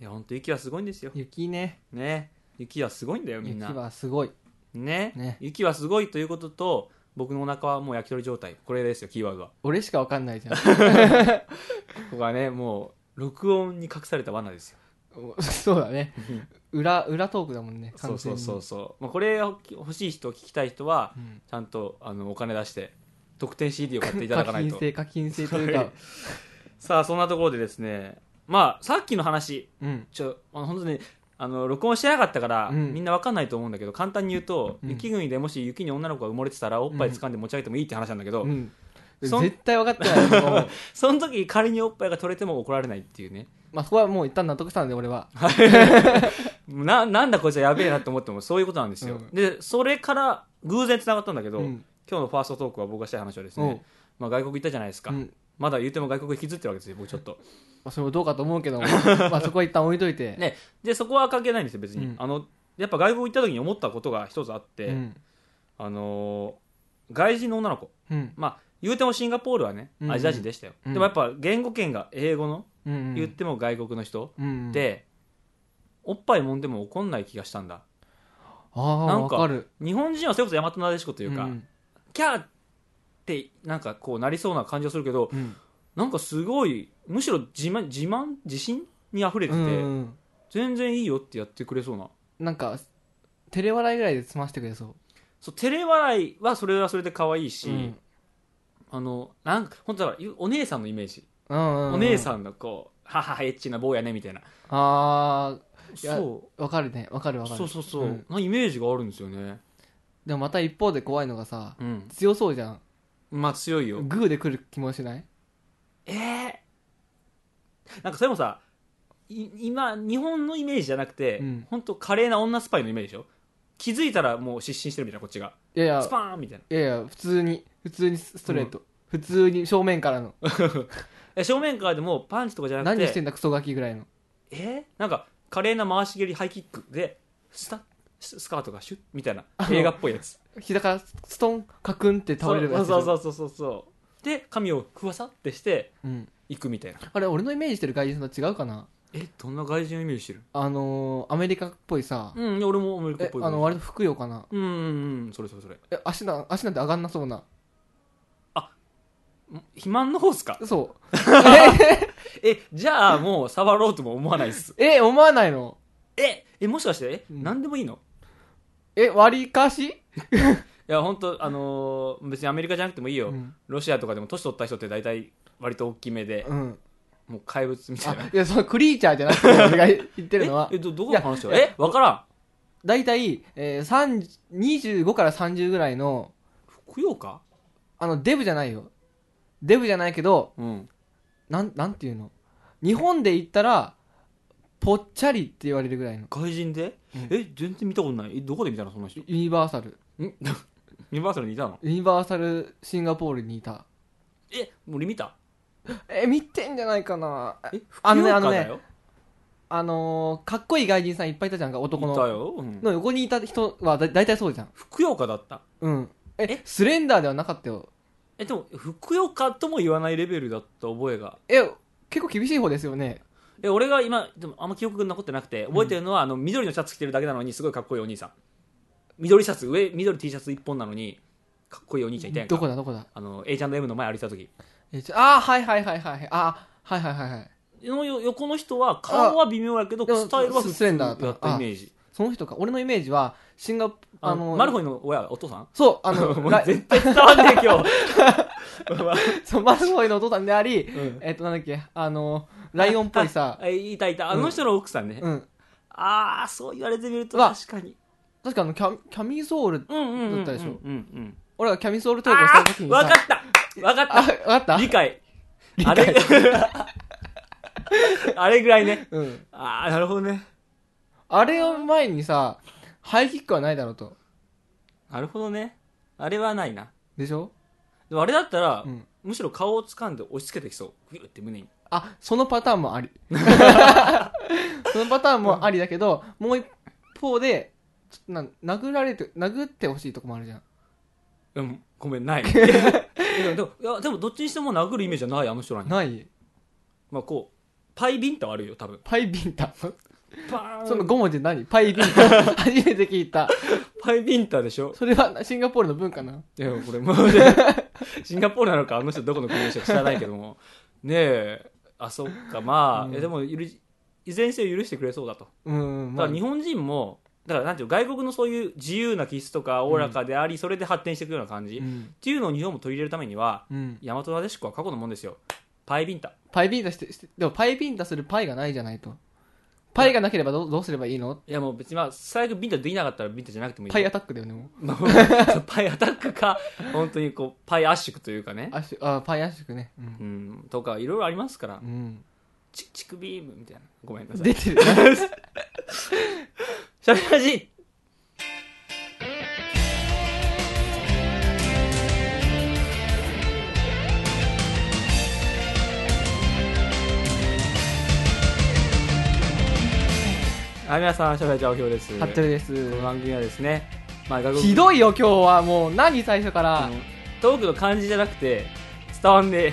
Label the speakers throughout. Speaker 1: いや本当雪はすごいんですよ
Speaker 2: 雪ね
Speaker 1: ね雪はすごいんだよみん
Speaker 2: 雪
Speaker 1: な
Speaker 2: はすごい
Speaker 1: ね
Speaker 2: ね
Speaker 1: 雪はすごいということと僕のお腹はもう焼き鳥状態これですよキーワードは
Speaker 2: 俺しかわかんない じゃん
Speaker 1: ここはねもう録音に隠された罠ですよ
Speaker 2: おそうだね裏裏トークだもんね
Speaker 1: そ
Speaker 2: 完
Speaker 1: うそ
Speaker 2: 全
Speaker 1: う
Speaker 2: に
Speaker 1: そうそう、まあ、これを欲しい人聞きたい人は
Speaker 2: うん
Speaker 1: ちゃんとあのお金出して特典 CD を買っていただか
Speaker 2: 課
Speaker 1: ない
Speaker 2: 金
Speaker 1: と
Speaker 2: 制課金制というか
Speaker 1: さあそんなところでですねまあさっきの話
Speaker 2: うん
Speaker 1: ちょあの本当にあの録音してなかったから、
Speaker 2: うん
Speaker 1: みんなわかんないと思うんだけど簡単に言うと、
Speaker 2: うん
Speaker 1: 雪国でもし雪に女の子が埋もれてたらおっぱい掴んで持ち上げてもいいって話なんだけど、
Speaker 2: うん
Speaker 1: そん
Speaker 2: 絶対分かってないもう
Speaker 1: その時仮におっぱいが取れても怒られないっていうね
Speaker 2: まあそこはもう一旦納得したんで俺は
Speaker 1: ななんだこいつはやべえなと思ってもそういうことなんですよ、
Speaker 2: うん
Speaker 1: でそれから偶然つながったんだけど、
Speaker 2: うん
Speaker 1: 今日のファーストトークは僕がしたい話はです
Speaker 2: おう
Speaker 1: ね、まあ、外国行ったじゃないですか、
Speaker 2: うん
Speaker 1: まだ言うても外国引きずってるわけですよ僕ちょっと
Speaker 2: まあそれもどうかと思う けどまあそこは一旦置いといて
Speaker 1: ねでそこは関係ないんですよ別に、
Speaker 2: うん
Speaker 1: あのやっぱ外国行った時に思ったことが一つあって、
Speaker 2: うん
Speaker 1: あのー外人の女の子
Speaker 2: うん
Speaker 1: まあ言うてもシンガポールはね
Speaker 2: うんうん
Speaker 1: アジア人でしたよ、
Speaker 2: うん
Speaker 1: でもやっぱ言語圏が英語の、
Speaker 2: うんうん
Speaker 1: 言っても外国の人
Speaker 2: うんうん
Speaker 1: で、おっぱい揉んでも怒んない気がしたんだ
Speaker 2: ああ
Speaker 1: なん
Speaker 2: わ
Speaker 1: か
Speaker 2: かる
Speaker 1: 日本人はそれこそ大和なでしこというか、
Speaker 2: ん
Speaker 1: キャーってなんかこうなりそうな感じがするけど
Speaker 2: うん
Speaker 1: なんかすごいむしろ自慢自慢自信に溢れて
Speaker 2: う
Speaker 1: て、
Speaker 2: んうん
Speaker 1: 全然いいよってやってくれそうな
Speaker 2: なんか照れ笑いぐらいで済ませてくれそう
Speaker 1: そう照れ笑いはそれはそれで可愛いし、
Speaker 2: うん
Speaker 1: あのなんか本当だからお姉さんのイメージ
Speaker 2: お
Speaker 1: お姉
Speaker 2: ん
Speaker 1: さんのこう、ははは、エッチな坊やねみたいな。
Speaker 2: あいや
Speaker 1: そ
Speaker 2: あわかるねわかる
Speaker 1: う。
Speaker 2: わか
Speaker 1: そう
Speaker 2: る
Speaker 1: そうそう。
Speaker 2: うん
Speaker 1: なイメージがあるんですよね。
Speaker 2: でもまた一方で怖いのがさ
Speaker 1: うん。
Speaker 2: 強そうじゃん
Speaker 1: まあ強いよ。
Speaker 2: グーで来る気もしない
Speaker 1: ええなんかそれもさ、い今、日本のイメージじゃなくて、
Speaker 2: うん
Speaker 1: 本当華麗な女スパイのイメージでしょ気づいたらもう失神してるみたいな、こっちが。
Speaker 2: いやいや
Speaker 1: スパーンみたいな。
Speaker 2: いやいや普通に普通にストレート普通に正面からの
Speaker 1: え正面からでもパンチとかじゃなくて、
Speaker 2: 何してんだクソガキぐらいの
Speaker 1: えーなんか華麗な回し蹴りハイキックで、スタッ、ススカートがシュッみたいな
Speaker 2: あ、の
Speaker 1: 映画っぽいやつ。
Speaker 2: 膝からストンカクンって倒れる
Speaker 1: そうそう
Speaker 2: う
Speaker 1: そうそうそうそう。で、髪をふわさってして、
Speaker 2: そう、うん、
Speaker 1: 行くみたいな。
Speaker 2: あれ俺のイメージしてる外人さん違うかな
Speaker 1: えどんな外人をイメージしてる
Speaker 2: あのー、アメリカっぽいさ、
Speaker 1: うん俺もアメリカっ
Speaker 2: え
Speaker 1: ぽい
Speaker 2: あの割とふくよかな
Speaker 1: うんうんうんそれそれそれ
Speaker 2: え足な足なんて上がんなそうな
Speaker 1: ん肥満の方っすか
Speaker 2: そ
Speaker 1: えじゃあもう触ろうとも思わないっす
Speaker 2: うえ思わないの
Speaker 1: ええもしかしてえ
Speaker 2: うん
Speaker 1: 何でもいいの
Speaker 2: え割りかし、
Speaker 1: いや本当あのー別にアメリカじゃなくてもいいうよ、
Speaker 2: ん
Speaker 1: ロシアとかでも年取った人って大体割と大きめで、
Speaker 2: うん、
Speaker 1: もう怪物みたいな
Speaker 2: あいやそのクリーチャーじゃなくて俺が言ってるのは
Speaker 1: ええどどこの話だ
Speaker 2: いや
Speaker 1: えわからん
Speaker 2: 大体、えー、30 25から30ぐらいの
Speaker 1: 服用か
Speaker 2: あのデブじゃないよデブじゃないけど
Speaker 1: うん
Speaker 2: なんなんていうの日本で言ったらぽっちゃりって言われるぐらいの
Speaker 1: 外人で、
Speaker 2: うん
Speaker 1: え全然見たことないえどこで見たのそんな 人ん
Speaker 2: ユニバーサル
Speaker 1: ユニバーサルにいたの
Speaker 2: ユニバーサルシンガポールにいた
Speaker 1: え俺見た
Speaker 2: え見てんじゃないかな
Speaker 1: え服
Speaker 2: あの
Speaker 1: 用か
Speaker 2: ねあのね
Speaker 1: だよ
Speaker 2: あのー、かっこいい外人さんいっぱいいたじゃんか男
Speaker 1: いた
Speaker 2: の
Speaker 1: よ、うん、
Speaker 2: の横にいた人はだ大体そうじゃん
Speaker 1: ふくよかだった
Speaker 2: うんえ
Speaker 1: え
Speaker 2: スレンダーではなかったよ
Speaker 1: えでもふくよかとも言わないレベルだった覚えが
Speaker 2: え結構厳しい方ですよね
Speaker 1: え俺が今でもあんま記憶が残ってなくて覚えてるのは、あの緑のシャツ着てるだけなのにすごいかっこいいお兄さん緑シャツ上緑 T シャツ一本なのにかっこいいお兄ちゃんいたやんか
Speaker 2: どこだどこだ
Speaker 1: あの A&M の前歩いてた時
Speaker 2: えちょあーはいはいはいはいあーはいはいはいはい
Speaker 1: のよ横の人は顔は微妙やけど
Speaker 2: でも
Speaker 1: スタイルは普
Speaker 2: ス
Speaker 1: 通
Speaker 2: レ
Speaker 1: だ
Speaker 2: ンダ
Speaker 1: っ
Speaker 2: ーだった
Speaker 1: たイメージ
Speaker 2: その人か俺のイメージはシンガポ
Speaker 1: あ
Speaker 2: あ
Speaker 1: の
Speaker 2: の
Speaker 1: マルホイの親お父さん
Speaker 2: そうあ
Speaker 1: も
Speaker 2: の
Speaker 1: う
Speaker 2: ラ
Speaker 1: 絶対伝わんねえ今日
Speaker 2: そうマルホイのお父さんであり、
Speaker 1: うん
Speaker 2: えっとなんだっけあの ライオンっぽいさ
Speaker 1: あいたいたあの人の奥さんね、
Speaker 2: うん
Speaker 1: ああそう言われてみると
Speaker 2: うわ
Speaker 1: 確かに
Speaker 2: 確かあのキャキャミソール
Speaker 1: うんうんうんうん
Speaker 2: だったでしょ
Speaker 1: うんうん
Speaker 2: 俺がキャミソール投稿した時にさ
Speaker 1: わかったわかっ
Speaker 2: あ
Speaker 1: た
Speaker 2: わかっ
Speaker 1: 理解あれ あれぐらいね
Speaker 2: たうん
Speaker 1: ああなるほどね
Speaker 2: あれを前にさ、ハイキックはないだろうと。
Speaker 1: なるほどねあれはないな
Speaker 2: でしょ
Speaker 1: でもあれだったら、
Speaker 2: うん
Speaker 1: むしろ顔を掴んで押し付けてきそうふゆって胸に
Speaker 2: あ、そのパターンも あり。そのパターンもありだけど、もう一方で、ちょっとな殴られて、殴ってほしいとこもあるじゃん。
Speaker 1: うんごめん ないいやでもいやでもどっちにしても殴るイメージはないあの人らに
Speaker 2: ない
Speaker 1: まあこうパイビンタはあるよ多分
Speaker 2: パイビンタ。
Speaker 1: パーン
Speaker 2: その5文字何パイビン タ。初めて聞いた。
Speaker 1: パイビンタでしょ
Speaker 2: それはシンガポールの文化なの
Speaker 1: いやこれもう シンガポールなのかあの人どこの国の人か知らないけどもねえあそっかまあ、
Speaker 2: うん
Speaker 1: いやでも許しいずれにせよ許してくれそうだと
Speaker 2: うんうん。
Speaker 1: だから日本人もだからなんていうの外国のそういう自由な気質とかおおらかであり、それで発展していくような感じ、
Speaker 2: う
Speaker 1: っ
Speaker 2: ん。
Speaker 1: ていうのを日本も取り入れるためには
Speaker 2: うん。
Speaker 1: 大和なでしこは過去のもんですよパイビンタ
Speaker 2: パイビンタして、してでもパイビンタするパイがないじゃないと。パイがなければどうどうすればいいの
Speaker 1: いやもう別にまあ最悪ビンタできなかったらビンタじゃなくてもいい
Speaker 2: パイアタックだよね、もう。
Speaker 1: まあ パイアタックか本当にこうパイ圧縮というかね、
Speaker 2: アッシュ、あ、パイアッシュね。うん。
Speaker 1: うん、とかいろいろありますから
Speaker 2: うん。
Speaker 1: チチクビームみたいなごめんなさい
Speaker 2: 出てる。
Speaker 1: しゃべらじはい皆さんしゃべらじゃおひょうです
Speaker 2: ハットルです。
Speaker 1: この番組はですね、まあ、外国
Speaker 2: ひどいよ、今日は。もう、何最初か
Speaker 1: あ
Speaker 2: ら
Speaker 1: の。トークの感じじゃなくて伝わんねえ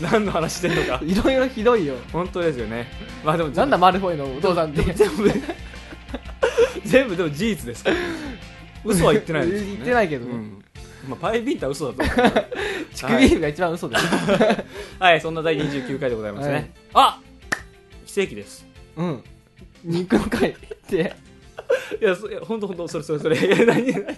Speaker 1: 何の話してんのか
Speaker 2: いろいろひどいよ。
Speaker 1: 本当ですよねまあでも
Speaker 2: なんだ、マルフォイのお父さんって。
Speaker 1: 全部全部でも事実ですから嘘は言ってないですよ、ね、
Speaker 2: 言ってないけど
Speaker 1: うんまあ、パイビンタは嘘だと思う
Speaker 2: 乳首ビームが一番嘘です。
Speaker 1: はいそんな第29回でございますね、
Speaker 2: はい
Speaker 1: あ奇跡です
Speaker 2: うん。肉の会って。
Speaker 1: いやそいや本当本当それそれそれいや何 何それいや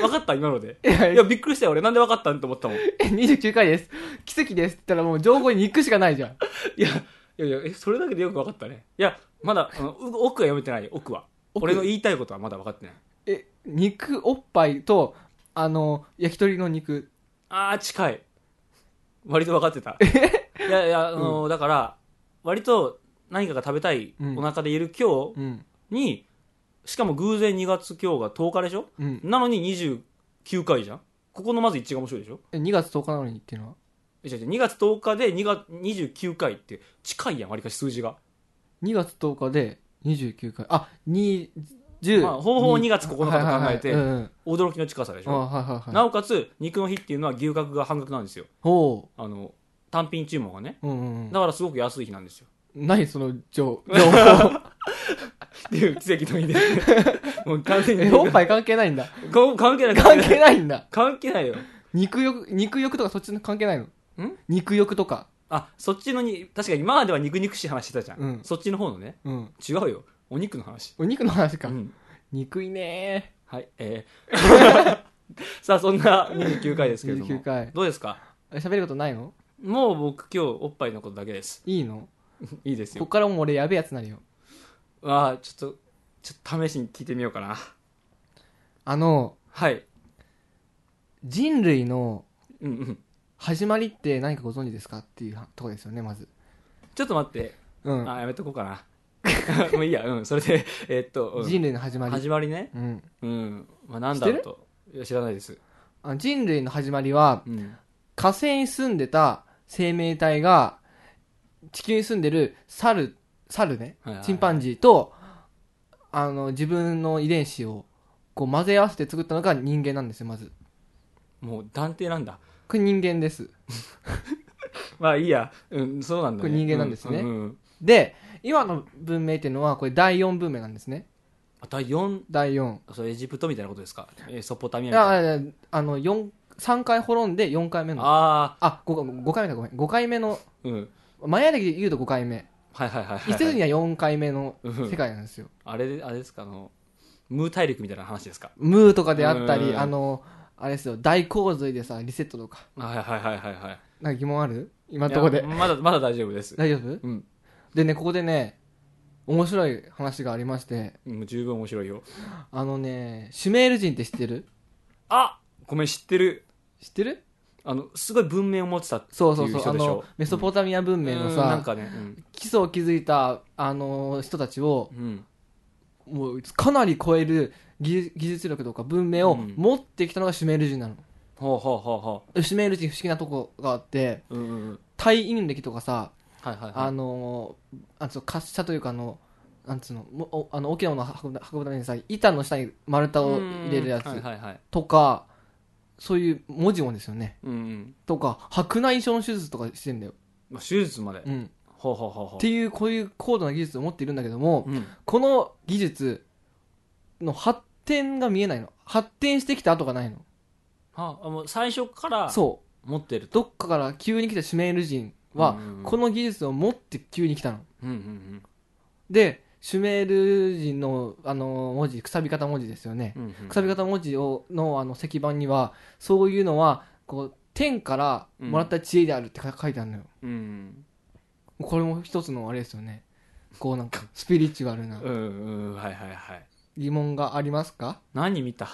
Speaker 1: 分かった今ので
Speaker 2: いや
Speaker 1: いやびっくりしたよ俺なんで分かったんと思ったもんい
Speaker 2: え29回です。奇跡ですって言ったらもう情報に肉しかないじゃん。
Speaker 1: やいやいやえそれだけでよく分かったねいやまだあのう奥は読めてないよ奥は
Speaker 2: 奥
Speaker 1: 俺の言いたいことはまだ分かってない
Speaker 2: え、肉おっぱいと、あの、焼き鳥の肉。
Speaker 1: あー近い割と分かってたいやいやあのーだから割と何かが食べたい
Speaker 2: うん
Speaker 1: お腹でいる今日
Speaker 2: うん。
Speaker 1: に、しかも偶然2月今日が10日でしょ
Speaker 2: うん。
Speaker 1: なのに29回じゃんここのまず一致が面白いでしょ
Speaker 2: え、2月10日なのにっていうのは
Speaker 1: え違う違う2月10日で2月29回って近いやんわりかし数字が、
Speaker 2: ?2 月10日で29回。あ、20。
Speaker 1: まあ、ほぼほぼ2
Speaker 2: 月
Speaker 1: 月9日と考えて
Speaker 2: はいはいはいうん
Speaker 1: 驚きの近さでし
Speaker 2: うん。あ、
Speaker 1: ょ
Speaker 2: はいはいはい。
Speaker 1: なおかつ肉の日っていうのは牛角が半額なんですよ
Speaker 2: ほ
Speaker 1: あの単品注文がね
Speaker 2: う。うんうんうん。
Speaker 1: だからすごく安い日なんですよ
Speaker 2: 何その 情情報。
Speaker 1: っていう奇跡 の意味で。もう完全に。
Speaker 2: え、おっぱい関係ない んだ。
Speaker 1: こ関係ない。
Speaker 2: 関係ないんだ。
Speaker 1: 関係ないよ。
Speaker 2: 肉欲、肉欲とかそっちの関係ないの
Speaker 1: ん
Speaker 2: 肉欲とか。
Speaker 1: あ、そっちのに、確かに今までは肉肉しい話してたじゃん。
Speaker 2: うん
Speaker 1: そっちの方のね。
Speaker 2: うん。
Speaker 1: 違うよ。お肉の話。
Speaker 2: お肉の話か。
Speaker 1: うん
Speaker 2: 憎いね
Speaker 1: はい。え ーさあ、そんな29回ですけれども。
Speaker 2: 29回
Speaker 1: どうですか
Speaker 2: ー。喋ることないの
Speaker 1: もう僕今日おっぱいのことだけです。
Speaker 2: いいの
Speaker 1: いいです
Speaker 2: こ
Speaker 1: よ。
Speaker 2: っからもう俺やべえやつになるよ。
Speaker 1: ああ、ちょっと、ちょっと試しに聞いてみようかな。
Speaker 2: あの、
Speaker 1: はい。
Speaker 2: 人類の
Speaker 1: うんうん。
Speaker 2: 始まりって何かご存知ですかっていうとこですよね、まず。
Speaker 1: ちょっと待って。
Speaker 2: うん。
Speaker 1: あ、やめとこうかな。 もういいや。うん。それで、えーっと、うん
Speaker 2: 人類の始まり。
Speaker 1: 始まりね。
Speaker 2: うん。
Speaker 1: うん。まあ、なんだろうと。いや、知らないです。
Speaker 2: あ人類の始まりは、
Speaker 1: うん。
Speaker 2: 火星に住んでた生命体が、地球に住んでる猿、猿ね
Speaker 1: はいはいは、い
Speaker 2: チンパンジーと、あの、自分の遺伝子を、こう混ぜ合わせて作ったのが人間なんですよ、まず。
Speaker 1: もう断定なんだ。
Speaker 2: これ人間です。
Speaker 1: まあいいや。うん、そうなんだ、ね。
Speaker 2: これ人間なんですね
Speaker 1: ううんうん
Speaker 2: で、今の文明っていうのは、これ第4文明なんですね。
Speaker 1: あとは4、
Speaker 2: 第4。
Speaker 1: それエジプトみたいなことですか。えーソポタミアみたいな。
Speaker 2: あ、ああの、四3回滅んで4回目の。
Speaker 1: あ
Speaker 2: あ、ご5回目か、ごめん。5回目の、
Speaker 1: ー、うん。
Speaker 2: マヤ歴で言うと5回目。
Speaker 1: はいはいはい、はい。
Speaker 2: 一説には4回目の
Speaker 1: うん
Speaker 2: 世界なんですよ。
Speaker 1: あれ、あれですか、あの、ムー大陸みたいな話ですか。
Speaker 2: ムーとかであった
Speaker 1: うん
Speaker 2: り、あの、あれですよ、大洪水でさ、リセットとか。
Speaker 1: はいはいはいはいはい。
Speaker 2: なんか疑問ある今のとこ
Speaker 1: い
Speaker 2: で
Speaker 1: や。まだ、まだ大丈夫です。
Speaker 2: 大丈夫
Speaker 1: うん。
Speaker 2: でね、ここでね、面白い話がありまして、
Speaker 1: もう十分面白いよ。
Speaker 2: あのね、シュメール人って知ってる
Speaker 1: あごめん、知ってる。
Speaker 2: 知ってる
Speaker 1: あの、すごい文明を持ってたっていう
Speaker 2: そ
Speaker 1: 人
Speaker 2: うそう
Speaker 1: で
Speaker 2: そ
Speaker 1: し
Speaker 2: う、
Speaker 1: ょ。
Speaker 2: あの、メソポタミア文明の
Speaker 1: うんなん
Speaker 2: さ、
Speaker 1: かね、うん。
Speaker 2: 基礎を築いた、あの人たちを、
Speaker 1: うん
Speaker 2: もう、かなり超える技技術力とか文明を
Speaker 1: うん
Speaker 2: 持ってきたのがシュメール人なの。
Speaker 1: ほうほうほうほ
Speaker 2: シュメール人不思議なとこがあって、
Speaker 1: う。うんうんうん。
Speaker 2: タイ移民歴とかさ、
Speaker 1: はいはいはい。
Speaker 2: あのー、あそう滑車というかあの、なんつうの、もおあの大きなものを運ぶ運ぶためにさ、板の下に丸太を入れるやつ
Speaker 1: うんはいはいはい。
Speaker 2: とか、そういう文字もですよね。
Speaker 1: うんうん。
Speaker 2: とか、白内障の手術とかしてんだよ。
Speaker 1: まあ、手術まで、
Speaker 2: うん、っ
Speaker 1: ほうほうほうほう
Speaker 2: ていうこういう高度な技術を持っているんだけども、
Speaker 1: うん
Speaker 2: この技術の発展が見えないの発展してきた跡がないの
Speaker 1: ああもう最初から
Speaker 2: そ
Speaker 1: 持ってる
Speaker 2: う
Speaker 1: と
Speaker 2: どっかから急に来たシュメール人は
Speaker 1: うんうんうん
Speaker 2: この技術を持って急に来たの
Speaker 1: うんうん
Speaker 2: でシュメール人のあの文字くさび方文字ですよね
Speaker 1: うんうんうん
Speaker 2: くさび方文字をのあの石板にはそういうのはこう天からもらった知恵であるってか書いてあるのよ
Speaker 1: うん
Speaker 2: これも一つのあれですよねこうなんかスピリチュアルな
Speaker 1: うんうんはいはいはい
Speaker 2: 疑問がありますか
Speaker 1: 何見た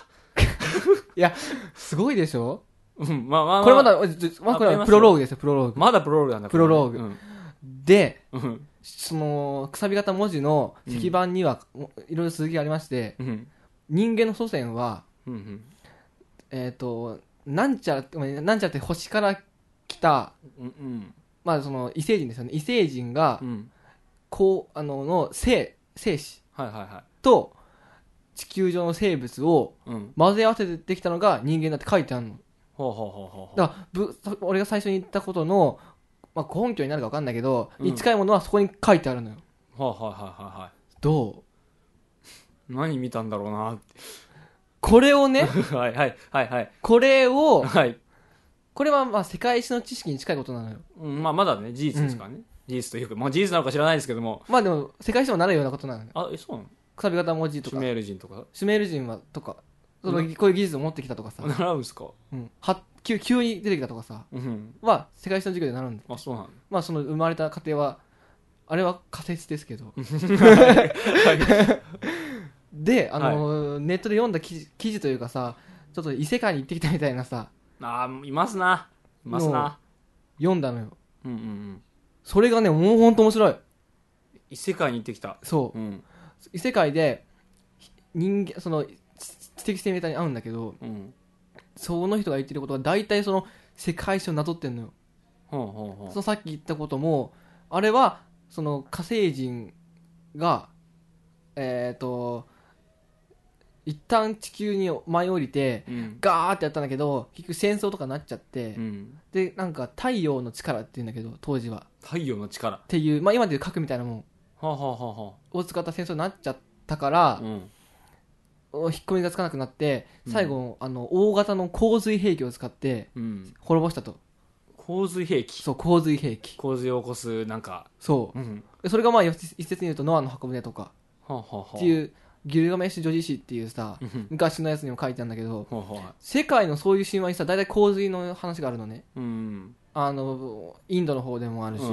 Speaker 2: すごいでしょ
Speaker 1: うんまあまあ、まあ、
Speaker 2: これまだ、ちょちょまあ、これはプロローグですよ、プロローグ。
Speaker 1: まだプロローグなんだ
Speaker 2: プロローグ
Speaker 1: うん
Speaker 2: で、
Speaker 1: うん
Speaker 2: その、くさび型文字の石板には、もういろいろ続きがありまして、
Speaker 1: うん
Speaker 2: 人間の祖先は、
Speaker 1: うんうん
Speaker 2: えっ、と、なんちゃらって、なんちゃらって星から来た、
Speaker 1: うんうん
Speaker 2: まあその異星人ですよね。異星人が
Speaker 1: う、ん
Speaker 2: こう、あの、の生、生死
Speaker 1: はいはいは
Speaker 2: と地球上の生物を
Speaker 1: いうん
Speaker 2: 混ぜ合わせてできたのが人間だって書いてあるの。
Speaker 1: ほうほうほうほうほう
Speaker 2: だからぶ、俺が最初に言ったことの、まあ根拠になるか分かんないけど、
Speaker 1: うん
Speaker 2: に近いものはそこに書いてあるのよ。
Speaker 1: ほうほうほうほうほう
Speaker 2: どう
Speaker 1: 何見たんだろうなっ
Speaker 2: これ をね、
Speaker 1: てはいはいはいはい
Speaker 2: これを、
Speaker 1: はい、
Speaker 2: これはまあ世界史の知識に近いことなのよ。
Speaker 1: うん、まあまだね事実ですからね、事実というか、まあ、事実なのか知らないですけども
Speaker 2: まあでも、世界史にもなるようなことなのよ。
Speaker 1: あえそうなの
Speaker 2: くさび型文字と
Speaker 1: シュ
Speaker 2: か、
Speaker 1: メール人とか
Speaker 2: シュメール人はとか、その
Speaker 1: う
Speaker 2: こういう技術を持ってきたとかさ、
Speaker 1: 習うんですか
Speaker 2: うん、は急急に出てきたとかさ、
Speaker 1: うん
Speaker 2: は世界史の授業でなるんだ。
Speaker 1: あそうなの
Speaker 2: まあその生まれた過程は、あれは仮説ですけど。で、あのネットで読んだ記事記事というかさ、ちょっと異世界に行ってきたみたいなさ、
Speaker 1: あーいますないますな
Speaker 2: 読んだのよ。
Speaker 1: うんうんうん
Speaker 2: それがね、もうほんと面白い。
Speaker 1: 異世界に行ってきた
Speaker 2: そう。
Speaker 1: うん
Speaker 2: 異世界でひ人間その知知的生命体に会うんだけど
Speaker 1: うん
Speaker 2: その人が言ってることは大体その世界史をなぞってんのよ、
Speaker 1: ほうほう
Speaker 2: そ
Speaker 1: ほ
Speaker 2: のさっき言ったこともあれはその火星人がえっ、と一旦地球に舞い降りて
Speaker 1: ううん
Speaker 2: ガーってやったんだけど結局戦争とかなっちゃって、
Speaker 1: うん
Speaker 2: でなんか太陽の力って言うんだけど当時は
Speaker 1: 太陽の力
Speaker 2: っていうまあ今でいう核みたいなもん
Speaker 1: ほうほうほうほ
Speaker 2: を使った戦争になっちゃったから
Speaker 1: う、うん
Speaker 2: 引っ込みがつかなくなって
Speaker 1: うん
Speaker 2: 最後、あの大型の洪水兵器を使って
Speaker 1: うん
Speaker 2: 滅ぼしたと
Speaker 1: 洪水兵器
Speaker 2: そう洪水兵器
Speaker 1: 洪水を起こすなんか
Speaker 2: そ
Speaker 1: うん
Speaker 2: うそれがまあ一一説に言うと「ノアの箱舟」とか
Speaker 1: ほうほうほう
Speaker 2: っていうギルガメッシュ女子誌っていうさ
Speaker 1: うん
Speaker 2: 昔のやつにも書いてあるんだけど
Speaker 1: ほうほ
Speaker 2: 世界のそういう神話にさ大体洪水の話があるのね
Speaker 1: ううん
Speaker 2: あのインドの方でもあるし、
Speaker 1: う